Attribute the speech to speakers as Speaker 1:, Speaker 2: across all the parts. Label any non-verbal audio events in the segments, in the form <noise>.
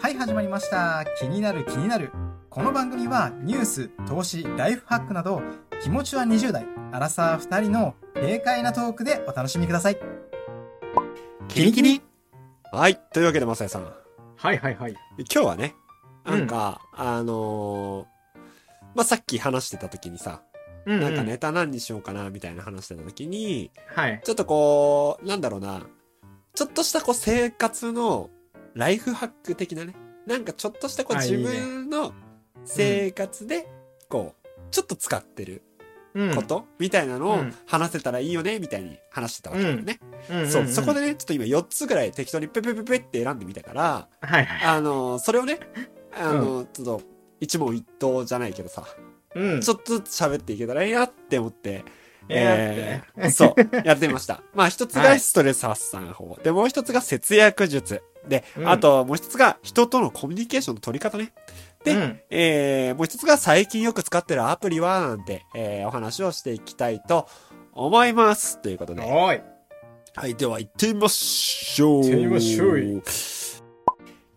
Speaker 1: はい始まりました気になる気になるこの番組はニュース投資ライフハックなど気持ちは20代アラサー2人の軽快なトークでお楽しみくださいキリキリ
Speaker 2: はい。というわけで、まさやさん。
Speaker 3: はいはいはい。
Speaker 2: 今日はね、なんか、あのーまあ、さっき話してた時にさ、
Speaker 3: う
Speaker 2: なんかネ。タ何にしようかな、みたいな話してた時に、
Speaker 3: はい。
Speaker 2: ちょっとこう、なんだろうな、ちょっとしたこう生活のライフハック的なね、なんかちょっとしたこう
Speaker 3: あい
Speaker 2: 自
Speaker 3: いね
Speaker 2: 分の生活で、こう、ちょっと使ってる
Speaker 3: うん
Speaker 2: こと、みたいなのを
Speaker 3: うん
Speaker 2: 話せたらいいよね、みたいに話してたわけだよね。
Speaker 3: そ
Speaker 2: そう、そこ。でね、ちょっと今4つぐらい適当にペペペペって選んでみたから、
Speaker 3: はいはい。
Speaker 2: あの、それをね、あの、ちょっと、一問一答じゃないけどさ、
Speaker 3: うん
Speaker 2: ちょっとずつ喋っていけたらいいなって
Speaker 3: <laughs>
Speaker 2: 思って、
Speaker 3: え
Speaker 2: えーそう、やってみました。まあ、一つ
Speaker 3: は
Speaker 2: が
Speaker 3: い
Speaker 2: ストレス発散法、で、もう一つが節約術。で、
Speaker 3: うん
Speaker 2: あと、もう一つが人とのコミュニケーションの取り方ね。
Speaker 3: <laughs>
Speaker 2: で
Speaker 3: うん
Speaker 2: えー、もう一つが最近よく使ってるアプリは、なんて、えー、お話をしていきたいと思います。ということで。
Speaker 3: おい。
Speaker 2: はい、では行ってみましょう。
Speaker 3: 行ってみましょう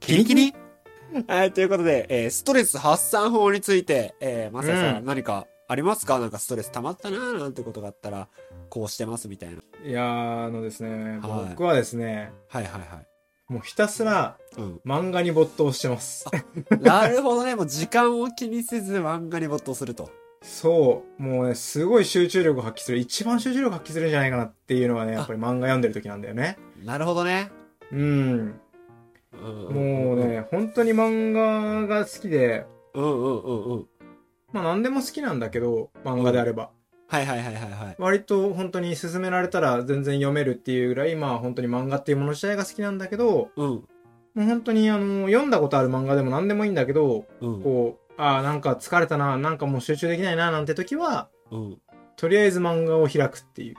Speaker 2: キリキリ <laughs> はい、ということで、えーストレス発散法について、えー、まささん、
Speaker 3: うん
Speaker 2: 何かありますかなんかストレス溜まったなーなんてことがあったら、こうしてますみたいな。
Speaker 3: いやー、あのですね、
Speaker 2: はい
Speaker 3: 僕はですね、
Speaker 2: はいはいはい。
Speaker 3: もうひたすら
Speaker 2: うん。
Speaker 3: 漫画に没頭してます。
Speaker 2: <laughs> なるほどね。もう時間を気にせず漫画に没頭すると。
Speaker 3: そう。もうね、すごい集中力を発揮する。一番集中力発揮するんじゃないかなっていうのはね、やっぱり漫画読んでる時なんだよね。
Speaker 2: なるほどね。
Speaker 3: うん。
Speaker 2: うん
Speaker 3: もう。ね、本当に漫画が好きで、
Speaker 2: うんうんうんうん。
Speaker 3: まあ何でも好きなんだけど、漫画であれば。
Speaker 2: はいはいはいはいはい。
Speaker 3: 割と本当に勧められたら全然読めるっていうぐらい、まあ本当に漫画っていうもの自体が好きなんだけど、
Speaker 2: うん。
Speaker 3: もう本当にあの、読んだことある漫画でも何でもいいんだけど、
Speaker 2: うん。
Speaker 3: こう、ああ、なんか疲れたな、なんかもう集中できないな、なんて時は、
Speaker 2: うん。
Speaker 3: とりあえず漫画を開くっていう。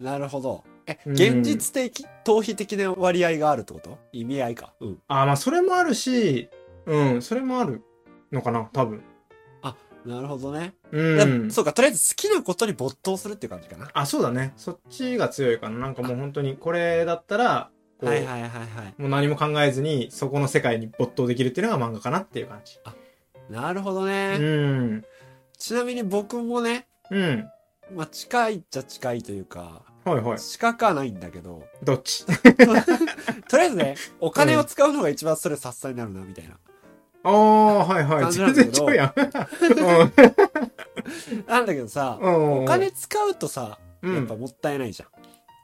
Speaker 2: なるほど。え、
Speaker 3: うん
Speaker 2: 現実的、逃避的な割合があるってこと意味合いか。うん。
Speaker 3: ああ、まあそれもあるし、うん、それもあるのかな、多分。
Speaker 2: なるほどね。
Speaker 3: う
Speaker 2: だ
Speaker 3: ん。
Speaker 2: そうか、とりあえず好きなことに没頭するっていう感じかな。
Speaker 3: あ、そうだね。そっちが強いかな。なんかもう本当にこれだったら、こう、
Speaker 2: はいはいはいはい。
Speaker 3: もう何も考えずに、そこの世界に没頭できるっていうのが漫画かなっていう感じ。
Speaker 2: なるほどね。
Speaker 3: うん。
Speaker 2: ちなみに僕もね、
Speaker 3: うん。
Speaker 2: まあ、近いっちゃ近いというか、
Speaker 3: はいはい。
Speaker 2: 近くはないんだけ <laughs> ど、
Speaker 3: どっち
Speaker 2: とりあえずね、お金を使うのが一番ストレス発散になるな、みたいな。
Speaker 3: ああ、はいはい。
Speaker 2: 感じなん
Speaker 3: 全
Speaker 2: だけ
Speaker 3: 然
Speaker 2: ど
Speaker 3: ちゃうや
Speaker 2: <laughs>
Speaker 3: ん。
Speaker 2: なんだけどさ、
Speaker 3: お
Speaker 2: お金使うとさ、
Speaker 3: う
Speaker 2: やっ
Speaker 3: ん
Speaker 2: ぱ。もったいないじゃん。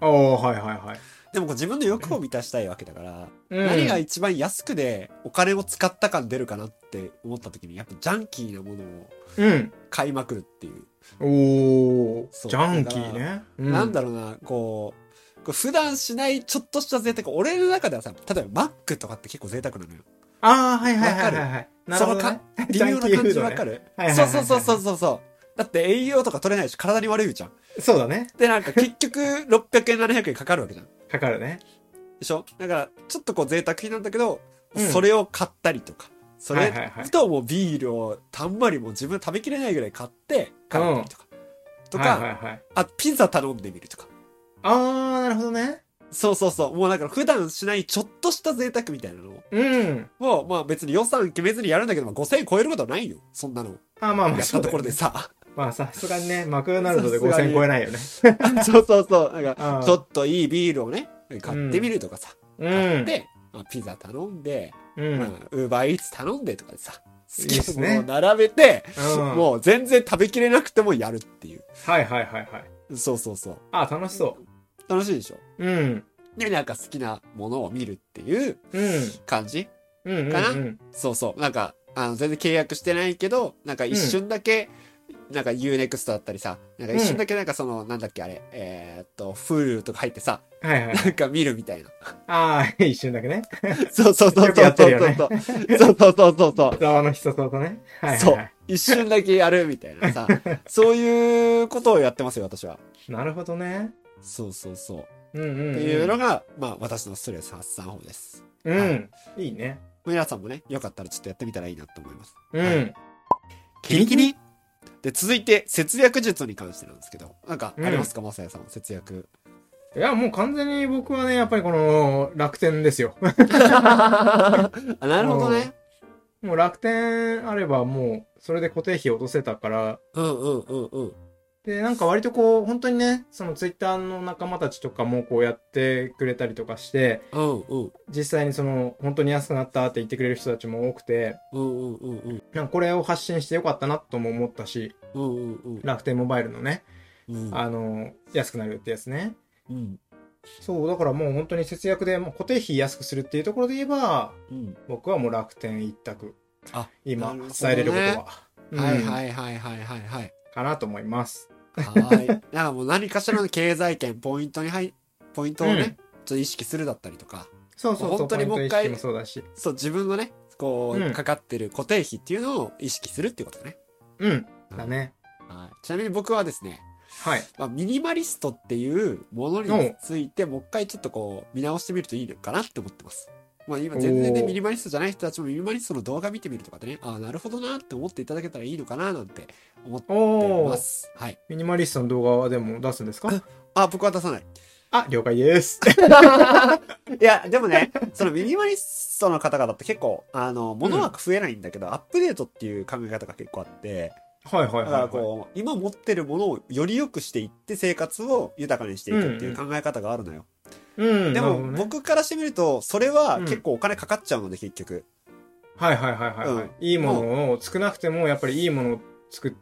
Speaker 3: ああ、はいはいはい。
Speaker 2: でもこう自分の欲を満たしたいわけだから、
Speaker 3: うん
Speaker 2: 何が一番安くでお金を使った感出るかなって思った時に、やっぱジャンキーなものを
Speaker 3: うん。
Speaker 2: 買いまくるっていう。
Speaker 3: おお、
Speaker 2: そう
Speaker 3: ジャンキーね。う
Speaker 2: なんだろうな、こう、こう普段しないちょっとした贅沢。俺の中ではさ、例えばマックとかって結構贅沢
Speaker 3: <laughs>
Speaker 2: なのよ。
Speaker 3: ああ、はいはいはいはいはい。なるほど
Speaker 2: その
Speaker 3: ね。
Speaker 2: 微
Speaker 3: ジャンキ
Speaker 2: 妙な感
Speaker 3: ーフー
Speaker 2: じ
Speaker 3: ドね
Speaker 2: わかる、
Speaker 3: はいはいはい
Speaker 2: そ
Speaker 3: は
Speaker 2: う
Speaker 3: い
Speaker 2: そうそうそうそうそう。だって栄養とか取れないし体に悪いじゃん。
Speaker 3: そうだね。
Speaker 2: で、なんか結局600円、700円かかるわけじゃん。
Speaker 3: かかるね。
Speaker 2: でしょだから、ちょっとこう贅沢品なんだけど、
Speaker 3: うん
Speaker 2: それを買ったりとか。そ
Speaker 3: は
Speaker 2: れ
Speaker 3: いはいはい
Speaker 2: ともうビールをたんまりもう自分食べきれないぐらい買って帰ったりとか。とか、
Speaker 3: はいはいはい。
Speaker 2: あ、ピザ頼んでみるとか。
Speaker 3: ああ、なるほどね。
Speaker 2: そうそうそう。もうなんか普段しないちょっとした贅沢みたいなのを
Speaker 3: うん。
Speaker 2: もう、まあ別に予算決めずにやるんだけど、まあ5000円超えることはないよ。そんなの。
Speaker 3: ああ、まあ
Speaker 2: や
Speaker 3: まあ、
Speaker 2: っ
Speaker 3: そ
Speaker 2: た
Speaker 3: うだ
Speaker 2: と
Speaker 3: よね
Speaker 2: ころでさ。
Speaker 3: まあ、さすがにね、マクドナルドで
Speaker 2: さすがに
Speaker 3: 5000超えないよね。
Speaker 2: そうそうそう。なん
Speaker 3: あ
Speaker 2: か、
Speaker 3: あ
Speaker 2: <laughs> ちょっといいビールをね、買ってみるとかさ。
Speaker 3: う
Speaker 2: 買っ
Speaker 3: ん。
Speaker 2: て、まあ、ピザ頼んで、
Speaker 3: う。
Speaker 2: うんん、
Speaker 3: う
Speaker 2: ウ
Speaker 3: ん
Speaker 2: ーバーイーツ頼んでとかでさ。好
Speaker 3: いいっ
Speaker 2: き
Speaker 3: す
Speaker 2: なもの
Speaker 3: ね
Speaker 2: を並べて、
Speaker 3: は
Speaker 2: もう全然食べきれなくてもやるってい
Speaker 3: いはいはいはい。
Speaker 2: う。そうそうそう。
Speaker 3: ああ、楽しそ
Speaker 2: 楽しいでしょ
Speaker 3: う。うん。
Speaker 2: で、なんか好きなものを見るっていう
Speaker 3: うん。
Speaker 2: 感じ
Speaker 3: うんうんうん。
Speaker 2: かなそうそう。なんか、あの、全然契約してないけど、なんか一瞬だけ、なんか UNEXT だったりさ、なんか一瞬だけなんかその、なんだっけあれ、えー、っと、Hulu とか入ってさ、
Speaker 3: はいはい。
Speaker 2: なんか見るみたいな。
Speaker 3: ああ、一瞬だけね。
Speaker 2: そうそうそう
Speaker 3: よく
Speaker 2: そ
Speaker 3: や
Speaker 2: う
Speaker 3: って
Speaker 2: そ
Speaker 3: る
Speaker 2: う
Speaker 3: よね
Speaker 2: そう。そうそうそうそうそう。
Speaker 3: ざわの必殺技ね。はいはい、はい。
Speaker 2: そう。一瞬だけやるみたいなさ、そういうことをやってますよ、私は。
Speaker 3: なるほどね。
Speaker 2: そうそうそ
Speaker 3: う
Speaker 2: う。
Speaker 3: んうん、うん。
Speaker 2: っていうのが、まあ、私のストレス発散法です。
Speaker 3: うん。いいね。
Speaker 2: 皆さんもね、よかったらちょっとやってみたらいいなと思います。
Speaker 3: うん。
Speaker 2: はいキリキリで、続いて、節約術に関してなんですけど、なんか、ありますか、まさやさん、節約。
Speaker 3: いや、もう完全に僕はね、やっぱりこの楽天ですよ。 <laughs>
Speaker 2: あなるほどね。
Speaker 3: もう楽天あればもう、それで固定費落とせたから、
Speaker 2: うんうんうんうん。
Speaker 3: で、なんか割とこう、本当にね、そのツイッターの仲間たちとかもこうやってくれたりとかして、
Speaker 2: うんうん。
Speaker 3: 実際にその、本当に安くなったって言ってくれる人たちも多くて、
Speaker 2: うんうんうんうん。
Speaker 3: なんかこれを発信してよかったなとも思ったし、
Speaker 2: うんうん
Speaker 3: 楽天モバイルのね、
Speaker 2: うん。
Speaker 3: あの、安くなるってやつね。
Speaker 2: うん。
Speaker 3: そう、だからもう本当に節約で、もう固定費安くするっていうところで言えば、
Speaker 2: うん。
Speaker 3: 僕はもう楽天一択。
Speaker 2: あ、
Speaker 3: 今、
Speaker 2: なるほどね
Speaker 3: 伝えれることは。。
Speaker 2: はいはいいはいはいはいはい。
Speaker 3: かなと思います。
Speaker 2: はい。なんかもう何かしらの経済圏、ポイントに入、ポイントをね、
Speaker 3: うん
Speaker 2: ちょっと意識するだったりとか、
Speaker 3: そうそうそう。
Speaker 2: 本当にもう一回
Speaker 3: ポイント意識もそうだし。
Speaker 2: そう、自分のね、こう、
Speaker 3: うん
Speaker 2: かかってる固定費っていうのを意識するっていうことね。
Speaker 3: うん。だね。
Speaker 2: はい。ちなみに僕はですね、
Speaker 3: はい。
Speaker 2: まあ、ミニマリストっていうものについて、もう一回ちょっとこう、見直してみるといいのかなって思ってます。まあ今全然ね、
Speaker 3: おー
Speaker 2: ミニマリストじゃない人たちもミニマリストの動画見てみるとかでね、ああ、なるほどなって思っていただけたらいいのかななんて思って
Speaker 3: お
Speaker 2: ま
Speaker 3: ー。
Speaker 2: す。はい。
Speaker 3: ミニマリストの動画はでも出すんですか
Speaker 2: あ、僕は出さない。
Speaker 3: あ、了解
Speaker 2: <laughs>
Speaker 3: です。
Speaker 2: いや、でも <laughs> ね、そのミニマリストの方々って結構、あの、物は増えないんだけど、アップデートっていう考え方が結構あって、
Speaker 3: はいはい
Speaker 2: だ
Speaker 3: はい
Speaker 2: か
Speaker 3: は
Speaker 2: ら
Speaker 3: い。
Speaker 2: こう、今持ってるものをより良くしていって生活を豊かにしていくっていう考え方があるのよ。
Speaker 3: うん。
Speaker 2: で
Speaker 3: なるほ
Speaker 2: も、
Speaker 3: どね、
Speaker 2: 僕からしてみると、それは
Speaker 3: うん
Speaker 2: 結構お金かかっちゃうので、結局。
Speaker 3: はいはいはいはいはい、
Speaker 2: うん
Speaker 3: いいものを、少なくてもやっぱりいいものを作っ、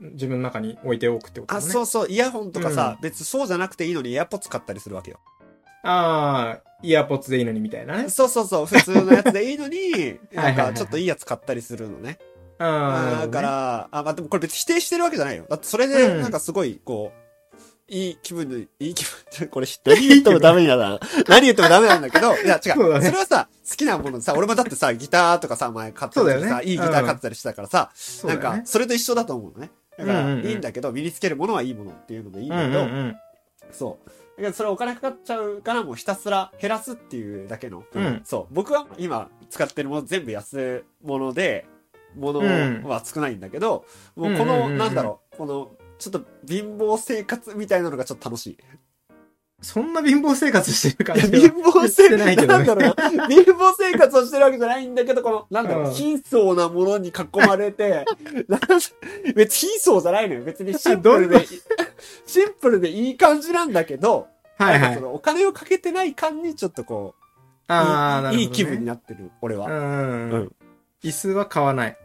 Speaker 3: 自分の中に置いておくってこと
Speaker 2: あ、
Speaker 3: だね。
Speaker 2: そうそう、イヤホンとかさ
Speaker 3: う、
Speaker 2: 別にそうじゃなくていいのにエアポッツ買ったりするわけよ。
Speaker 3: ああ、イヤーポッツでいいのにみたいなね。
Speaker 2: <laughs> そうそうそう、普通のやつでいい <laughs> のに、
Speaker 3: は
Speaker 2: ないん
Speaker 3: はいは
Speaker 2: か
Speaker 3: い
Speaker 2: ちょっといいやつ買ったりするのね。
Speaker 3: ああ、
Speaker 2: だか
Speaker 3: なる
Speaker 2: ら、あ、まあ、でもこれ別に否定してるわけじゃないよ。だってそれ
Speaker 3: う
Speaker 2: で、
Speaker 3: ん
Speaker 2: なんかすごい、こう、いい気分で、 <laughs> いい気分これ何言ってもダメだな。 <laughs> 何言ってもダメなんだけど、いや違
Speaker 3: そ
Speaker 2: う。そう
Speaker 3: だね
Speaker 2: れはさ、好きなものさ、俺もだってさ、ギターとかさ、前買った
Speaker 3: そうだ
Speaker 2: り
Speaker 3: よね
Speaker 2: さ、いいギター買ったりしてたからさ、
Speaker 3: ほど
Speaker 2: な
Speaker 3: ね、
Speaker 2: んか、それと一緒だと思うのね。
Speaker 3: う
Speaker 2: だか
Speaker 3: ん
Speaker 2: ら、
Speaker 3: うんうん
Speaker 2: いいんだけど、身につけるものはいいものっていうのでいいん
Speaker 3: そうだ
Speaker 2: だ
Speaker 3: よね
Speaker 2: けど、
Speaker 3: うんうんうん。
Speaker 2: そう。だけど、それお金かかっちゃうから、もうひたすら減らすっていうだけの。
Speaker 3: うん
Speaker 2: そう。僕は今使ってるもの全部安物で、物
Speaker 3: うん
Speaker 2: は少ないんだけど、
Speaker 3: う
Speaker 2: もうこ
Speaker 3: んうんうん
Speaker 2: の、
Speaker 3: うん
Speaker 2: なんだろう、この、ちょっと貧乏生活みたいなのがちょっと楽しい。
Speaker 3: そんな貧乏生活してる感
Speaker 2: <laughs> いや
Speaker 3: じ
Speaker 2: 貧乏
Speaker 3: し
Speaker 2: 生
Speaker 3: てない
Speaker 2: 活、
Speaker 3: けど
Speaker 2: なん
Speaker 3: ね
Speaker 2: だろうな、 <laughs> 貧乏生活をしてるわけじゃないんだけど、この、なんだろ
Speaker 3: う
Speaker 2: う、
Speaker 3: ん
Speaker 2: 貧相なものに囲まれて、 <laughs> なん別に貧相じゃないのよ。別にシンプ
Speaker 3: どん
Speaker 2: ルで、 <laughs> シンプルでいい感じなんだけど、
Speaker 3: はい
Speaker 2: なん
Speaker 3: は
Speaker 2: かそ
Speaker 3: い。
Speaker 2: のお金をかけてない感にちょっとこう、
Speaker 3: ああ、なるほど、ね。
Speaker 2: いい気分になってる、俺は。
Speaker 3: うん、
Speaker 2: うん
Speaker 3: 椅子は買わない。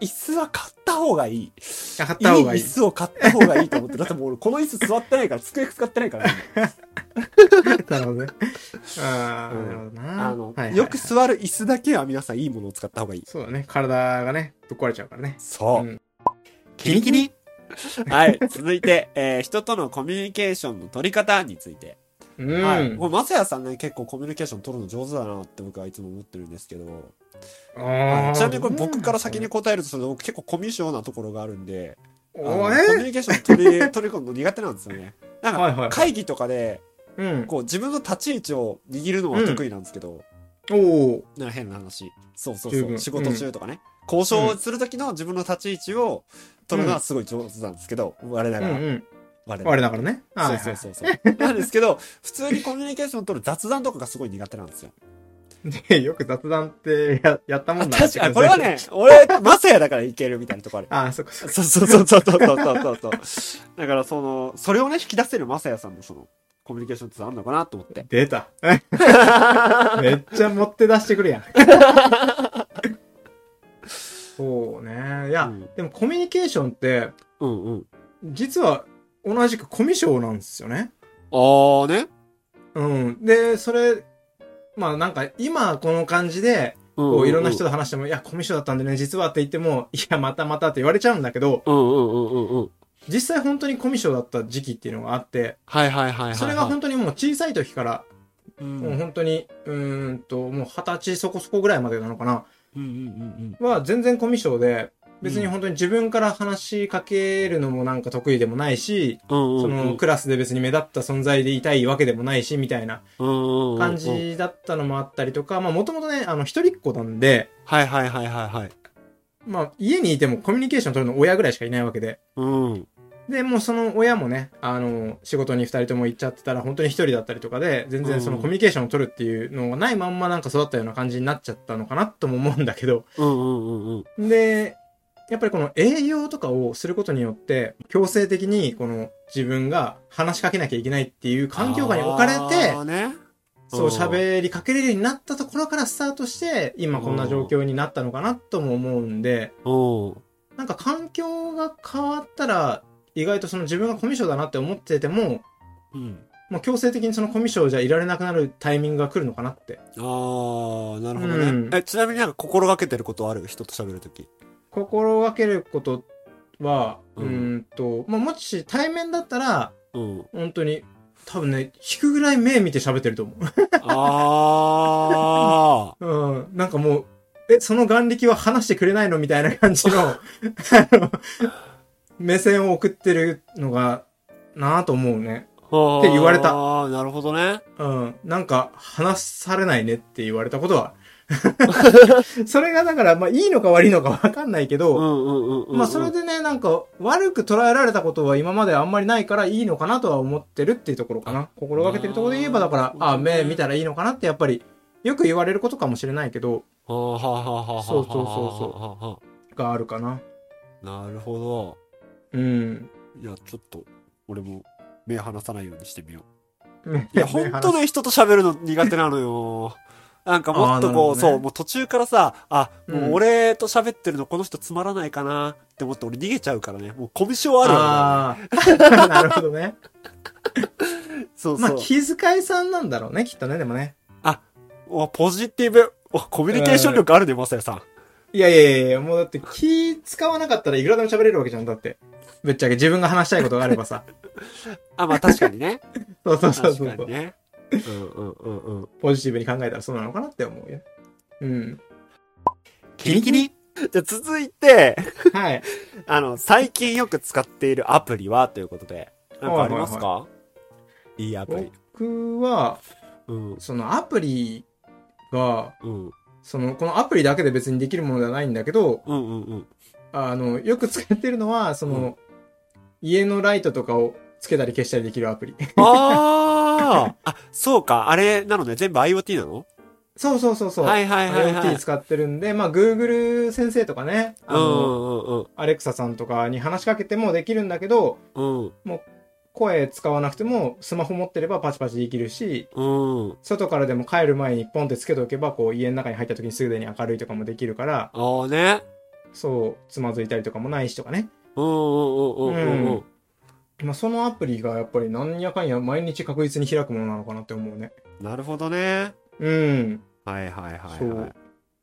Speaker 2: 椅子は買った方がいい。
Speaker 3: 買っ
Speaker 2: いい
Speaker 3: た方がいい。
Speaker 2: 椅子を買った方がいいと思ってる。だってもう俺この椅子座ってないから、机使ってないから、
Speaker 3: <laughs> なるほどね。ああ、
Speaker 2: うん
Speaker 3: なるほどな。
Speaker 2: あの
Speaker 3: はいはいは、い
Speaker 2: よく座る椅子だけは皆さんいいものを使った方がいい。
Speaker 3: そうだね。体がね、ぶっ壊れちゃうからね。
Speaker 2: そうう。
Speaker 3: ん
Speaker 2: キリキリ <laughs> はい、続いて、えー人とのコミュニケーションの取り方について。
Speaker 3: うん。
Speaker 2: はい。もう、まさやさんね、結構コミュニケーション取るの上手だなって僕はいつも思ってるんですけど、
Speaker 3: あー
Speaker 2: ちなみにこれ僕から先に。答えるとすると、僕結構コミュ障なところがあるんで、あの
Speaker 3: お
Speaker 2: コミ
Speaker 3: え
Speaker 2: ュニケーション取り取り込むの苦手なんですよね。なん
Speaker 3: はいは
Speaker 2: か
Speaker 3: い
Speaker 2: 会議とかで
Speaker 3: うん。
Speaker 2: こう自分の立ち位置を握るのは得意なんですけど、
Speaker 3: おお
Speaker 2: なんか変な話そうそう
Speaker 3: 十
Speaker 2: そう
Speaker 3: 分
Speaker 2: 仕事中とかね、交渉する時の自分の立ち位置を取るのはすごい上手なんですけど、我な
Speaker 3: ー。
Speaker 2: が
Speaker 3: うん
Speaker 2: ら、
Speaker 3: うん。
Speaker 2: 我なが
Speaker 3: 我
Speaker 2: ら。
Speaker 3: ながらね。
Speaker 2: そ
Speaker 3: は
Speaker 2: う
Speaker 3: い
Speaker 2: そ
Speaker 3: は
Speaker 2: う
Speaker 3: い。
Speaker 2: そうそう。なんですけど、普通にコミュニケーション取る雑談とかがすごい苦手なんですよ。
Speaker 3: で、 <laughs> よく雑談ってややったも
Speaker 2: あ
Speaker 3: んな。
Speaker 2: 確かに、これは。ね、俺、まさやだからいけるみたいなとこある。
Speaker 3: ああ、そっかそっか。
Speaker 2: そうそうそうそうそうそうそうそう。だからその、それをね、引き出せるまさやさんのその、コミュニケーションってあるのかなと思って。
Speaker 3: 出
Speaker 2: <laughs>
Speaker 3: た。めっちゃ持って出してくるやん。そうね。いや、
Speaker 2: うん
Speaker 3: でもコミュニケーションって、
Speaker 2: うんうん。
Speaker 3: 実は同じくコミュ障なんですよね。
Speaker 2: ああね。
Speaker 3: うん。で、それ、まあなんか今この感じで、
Speaker 2: う
Speaker 3: こういろんな人と話しても、いや、コミュ障だったんでね、実はって言っても、いや、またまたって言われちゃうんだけど、
Speaker 2: うんうんうんうんうん。
Speaker 3: 実際本当にコミュ障だった時期っていうのがあって、
Speaker 2: はいはいはいはい、はい。
Speaker 3: それが本当にもう小さい時から、
Speaker 2: 当うん。
Speaker 3: もう本当に、うーんと、もう二十歳そこそこぐらいまでなのかな、
Speaker 2: うんうん
Speaker 3: は全然コミュ障で、別に本当に自分から話しかけるのもなんか得意でもないし、
Speaker 2: うんうん。
Speaker 3: そのクラスで別に目立った存在でいたいわけでもないし、みたいな
Speaker 2: の
Speaker 3: 感。じだったのもあったりとか、まあもともとね、あの一人っ子なんで、
Speaker 2: はいはいはいはいはい。
Speaker 3: まあ家にいてもコミュニケーション取るの親ぐらいしかいないわけで、
Speaker 2: うん。
Speaker 3: で、もうその親もね、あの、仕事に二人とも行っちゃってたら、本当に一人だったりとかで、全然その
Speaker 2: うん
Speaker 3: コミュニケーションを取るっていうのがないまんまなんか育ったような感じになっちゃったのかなとも思うんだけど、
Speaker 2: うんうんうんうん。
Speaker 3: で、やっぱりこの栄養とかをすることによって、強制的にこの自分が話しかけなきゃいけないっていう環境下に置かれて
Speaker 2: あ、ーね、
Speaker 3: そう
Speaker 2: うん
Speaker 3: 喋りかけれるようになったところからスタートして、今こんな状況になったのかなとも思うんで、
Speaker 2: うん。
Speaker 3: なんか環境が変わったら、意外とその自分がコミュ障だなって思ってても、
Speaker 2: うん。
Speaker 3: もう強制的にそのコミュ障じゃいられなくなるタイミングが来るのかなって。
Speaker 2: ああ、なるほどね、
Speaker 3: うん
Speaker 2: え。ちなみになんか心がけてることある人と喋るとき。
Speaker 3: 心がけることは、う
Speaker 2: うん
Speaker 3: ーんと、まあ、もし対面だったら、 <laughs>
Speaker 2: うん。
Speaker 3: 本当に、多分ね、引くぐらい目見て喋ってると思
Speaker 2: ああ。
Speaker 3: う。うん。なんかもう、え、その眼力は話してくれないのみたいな感じの、 <laughs> あの、目線を送ってるのが、なぁと思うね。
Speaker 2: って
Speaker 3: 言われた
Speaker 2: ああ、なるほどね。
Speaker 3: うん。なんか、話されないねって言われたこと
Speaker 2: <laughs>
Speaker 3: は。それがだから、まあ、いいのか悪いのかわかんないけ
Speaker 2: う
Speaker 3: ど、
Speaker 2: んうんうんうんうん。
Speaker 3: まあ、それでね、なんか、悪く捉えられたことは今まであんまりないから、いいのかなとは思ってるっていうところかな。心がけてるところで言えば、だから、
Speaker 2: あー
Speaker 3: あ、目見たらいいのかなって、やっぱり、よく言われることかもしれないけど、
Speaker 2: はあはあはあはあはあはあはあはあ。
Speaker 3: そうそうそうがあるかな。
Speaker 2: なるほど。
Speaker 3: うん。
Speaker 2: いや、ちょっと、俺も目離さないようにしてみよう。い
Speaker 3: い
Speaker 2: や、ほんとね、人と喋るの苦手なのよ。なんかもっ
Speaker 3: あーなるほ
Speaker 2: とこ
Speaker 3: ど
Speaker 2: う、
Speaker 3: ね
Speaker 2: そう、もう途中からさ、あ、
Speaker 3: うん
Speaker 2: もう俺と喋ってるのこの人つまらないかなって思って俺逃げちゃうからね。もうコミュ障あるわ
Speaker 3: ああ、 <laughs> なるほどね。
Speaker 2: ね。そう
Speaker 3: まあ、
Speaker 2: そう。
Speaker 3: 気遣いさんなんだろうね、きっとね、でもね。
Speaker 2: おポジティブ。おコミュニケーション力あるね、マサヤさん。
Speaker 3: いやいやいやいや、もうだって気使わなかったらいくらでも喋れるわけじゃん、だって。ぶっちゃけ自分が話したいことがあればさ。
Speaker 2: あ、まあ確かにね。
Speaker 3: <laughs> そう <laughs> そうそう
Speaker 2: 確
Speaker 3: そう
Speaker 2: かにね。うんうんうんうん。
Speaker 3: ポジティブに考えたらそうなのかなって思うよ。うん。
Speaker 1: キリキリ
Speaker 2: じゃあ続いて、
Speaker 3: はい。
Speaker 2: あの、最近よく使っているアプリはということで、なんかありますか、いい、アプリ。
Speaker 3: 僕は、
Speaker 2: うん、
Speaker 3: そのアプリが、
Speaker 2: うん、
Speaker 3: その、このアプリだけで別にできるものではないんだけど、
Speaker 2: うん、うん、うん。
Speaker 3: あの、よく使ってるのは、その、
Speaker 2: う
Speaker 3: 家のライトとかをつけたり消したりできるアプリ。
Speaker 2: あああ、そうか、あれなのね、全部 IoT なの
Speaker 3: そうそうそうそう。
Speaker 2: はいはいはいはい。
Speaker 3: IoT 使ってるんで、まあ、Google 先生とかね、あ
Speaker 2: う
Speaker 3: の、
Speaker 2: ん、うん、
Speaker 3: アレクサさんとかに話しかけてもできるんだけど、
Speaker 2: うん、
Speaker 3: 声使わなくてもスマホ持ってればパチパチできるし、
Speaker 2: うん、うん。
Speaker 3: 外からでも帰る前にポンってつけておけば、こう家の中に入った時にすぐに明るいとかもできるから、
Speaker 2: ああね。
Speaker 3: そう、つまずいたりとかもないしとかね。
Speaker 2: うん、うん、うん、うん、うん。
Speaker 3: まあそのアプリがやっぱりなんやかんや毎日確実に開くものなのかなって思うね。
Speaker 2: なるほどね。
Speaker 3: うん。
Speaker 2: はいはいはい、
Speaker 3: そ
Speaker 2: は
Speaker 3: う
Speaker 2: い。。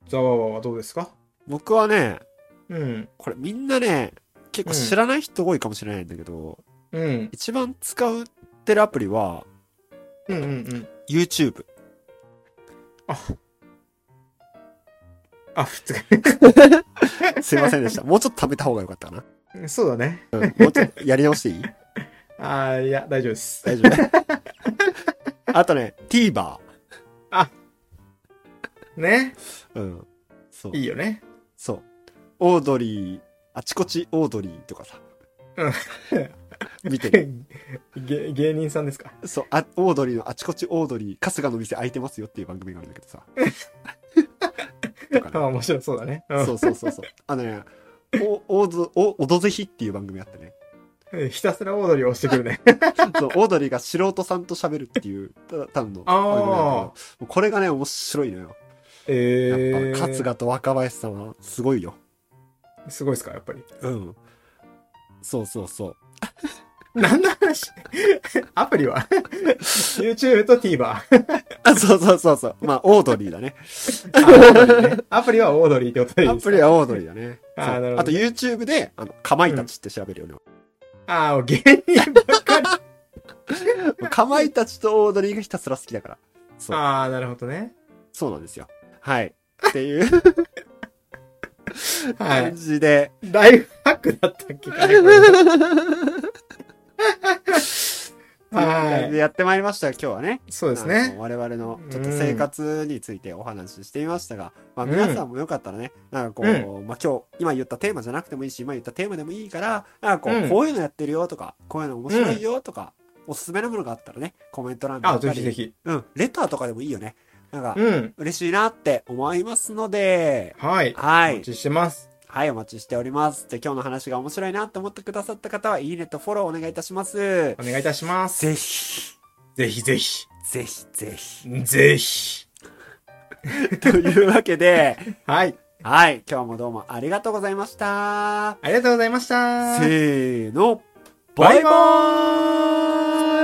Speaker 3: ザワワはどうですか
Speaker 2: 僕はね、
Speaker 3: うん。
Speaker 2: これみんなね、結構知らない人多いかもしれないんだけど、
Speaker 3: うん。
Speaker 2: 一番使うってるアプリは、
Speaker 3: うんうんうん。
Speaker 2: YouTube。
Speaker 3: あ、普通。
Speaker 2: すいません
Speaker 3: <laughs>
Speaker 2: でした。もうちょっと貯めた方が良かったかな。
Speaker 3: そうだね。
Speaker 2: うんもうちょっとやり直していい
Speaker 3: あーいや、大丈夫です。
Speaker 2: 大丈夫。
Speaker 3: <laughs>
Speaker 2: あとね、TVer。
Speaker 3: ね。
Speaker 2: うん。そう
Speaker 3: い。いよね。
Speaker 2: そう。オードリー、あちこちオードリーとかさ。見てる。
Speaker 3: <laughs> げ芸人さんですか
Speaker 2: そうあ、オードリーのあちこちオードリー、春日の店開いてますよっていう番組があるんだけどさ。とか
Speaker 3: あ
Speaker 2: ね。
Speaker 3: 面白そうだね。うん
Speaker 2: そうそうそうそう。あのね、お、オード、お、オドぜひっていう番組あってね。
Speaker 3: うんひたすらオードリーを押してくるね。
Speaker 2: そう、オードリーが素人さんと喋るっていう、ただ単の
Speaker 3: あー
Speaker 2: 番組なんだけどこれがね、面白いのよ。やっぱ、
Speaker 3: えー、
Speaker 2: 春日と若林さんはすごいよ。
Speaker 3: すごいですか、やっぱり。
Speaker 2: うん。そうそうそう。
Speaker 3: 何の話 <laughs> アプリは ?YouTube と TVer。
Speaker 2: あ、そうそうそうそう。まあ、オードリーだね。
Speaker 3: あオードリーねアプリはオードリーってことでいい
Speaker 2: ア
Speaker 3: です
Speaker 2: プリはオードリーだね。
Speaker 3: あー
Speaker 2: そう
Speaker 3: なるほど
Speaker 2: あと YouTube で、あの、かまいたちって調べるよね。
Speaker 3: ああ、芸人ばっかり。
Speaker 2: かまいたちとオードリーがひたすら好きだから。そう。
Speaker 3: ああ、なるほどね。
Speaker 2: そうなんですよ。
Speaker 3: <laughs>
Speaker 2: はい。っていう
Speaker 3: は
Speaker 2: 感
Speaker 3: い。
Speaker 2: じで。 <laughs>
Speaker 3: ライフハックだったっけかね、これは
Speaker 2: で
Speaker 3: い。
Speaker 2: やってまいりましたが今日はね
Speaker 3: そうです
Speaker 2: あ
Speaker 3: ね
Speaker 2: の。我々のちょっと生活についてお話ししてみましたが、まあ、
Speaker 3: うん
Speaker 2: 皆さんもよかったらね、なんかこう、まあ、今日今言ったテーマじゃなくてもいいし今言ったテーマでもいいからなんかこう,、
Speaker 3: うん
Speaker 2: こういうのやってるよとかこういうの面白いよとか、おすすめのものがあったらねコメント欄だ
Speaker 3: あ、
Speaker 2: った
Speaker 3: ぜ
Speaker 2: り
Speaker 3: ひぜひ。
Speaker 2: うん、レターとかでもいいよねなんか、
Speaker 3: うん。
Speaker 2: 嬉しいなって思いますので
Speaker 3: はい。
Speaker 2: は
Speaker 3: お
Speaker 2: い
Speaker 3: 待ちしてます。
Speaker 2: はい、お待ちしております。で、今日の話が面白いなと思ってくださった方は、いいねとフォローお願いいたします
Speaker 3: お。願いいたします。
Speaker 2: ぜひ、
Speaker 3: ぜひぜひ。
Speaker 2: ぜひ、ぜ
Speaker 3: <laughs>
Speaker 2: ひ。
Speaker 3: ぜひ。
Speaker 2: というわけで、
Speaker 3: はい。
Speaker 2: はい、今日もどうもありがとうございました。
Speaker 3: ありがとうございました。
Speaker 2: せーの、
Speaker 3: バ
Speaker 2: バ
Speaker 3: イ
Speaker 2: イ
Speaker 3: バ
Speaker 2: バ
Speaker 3: ーイ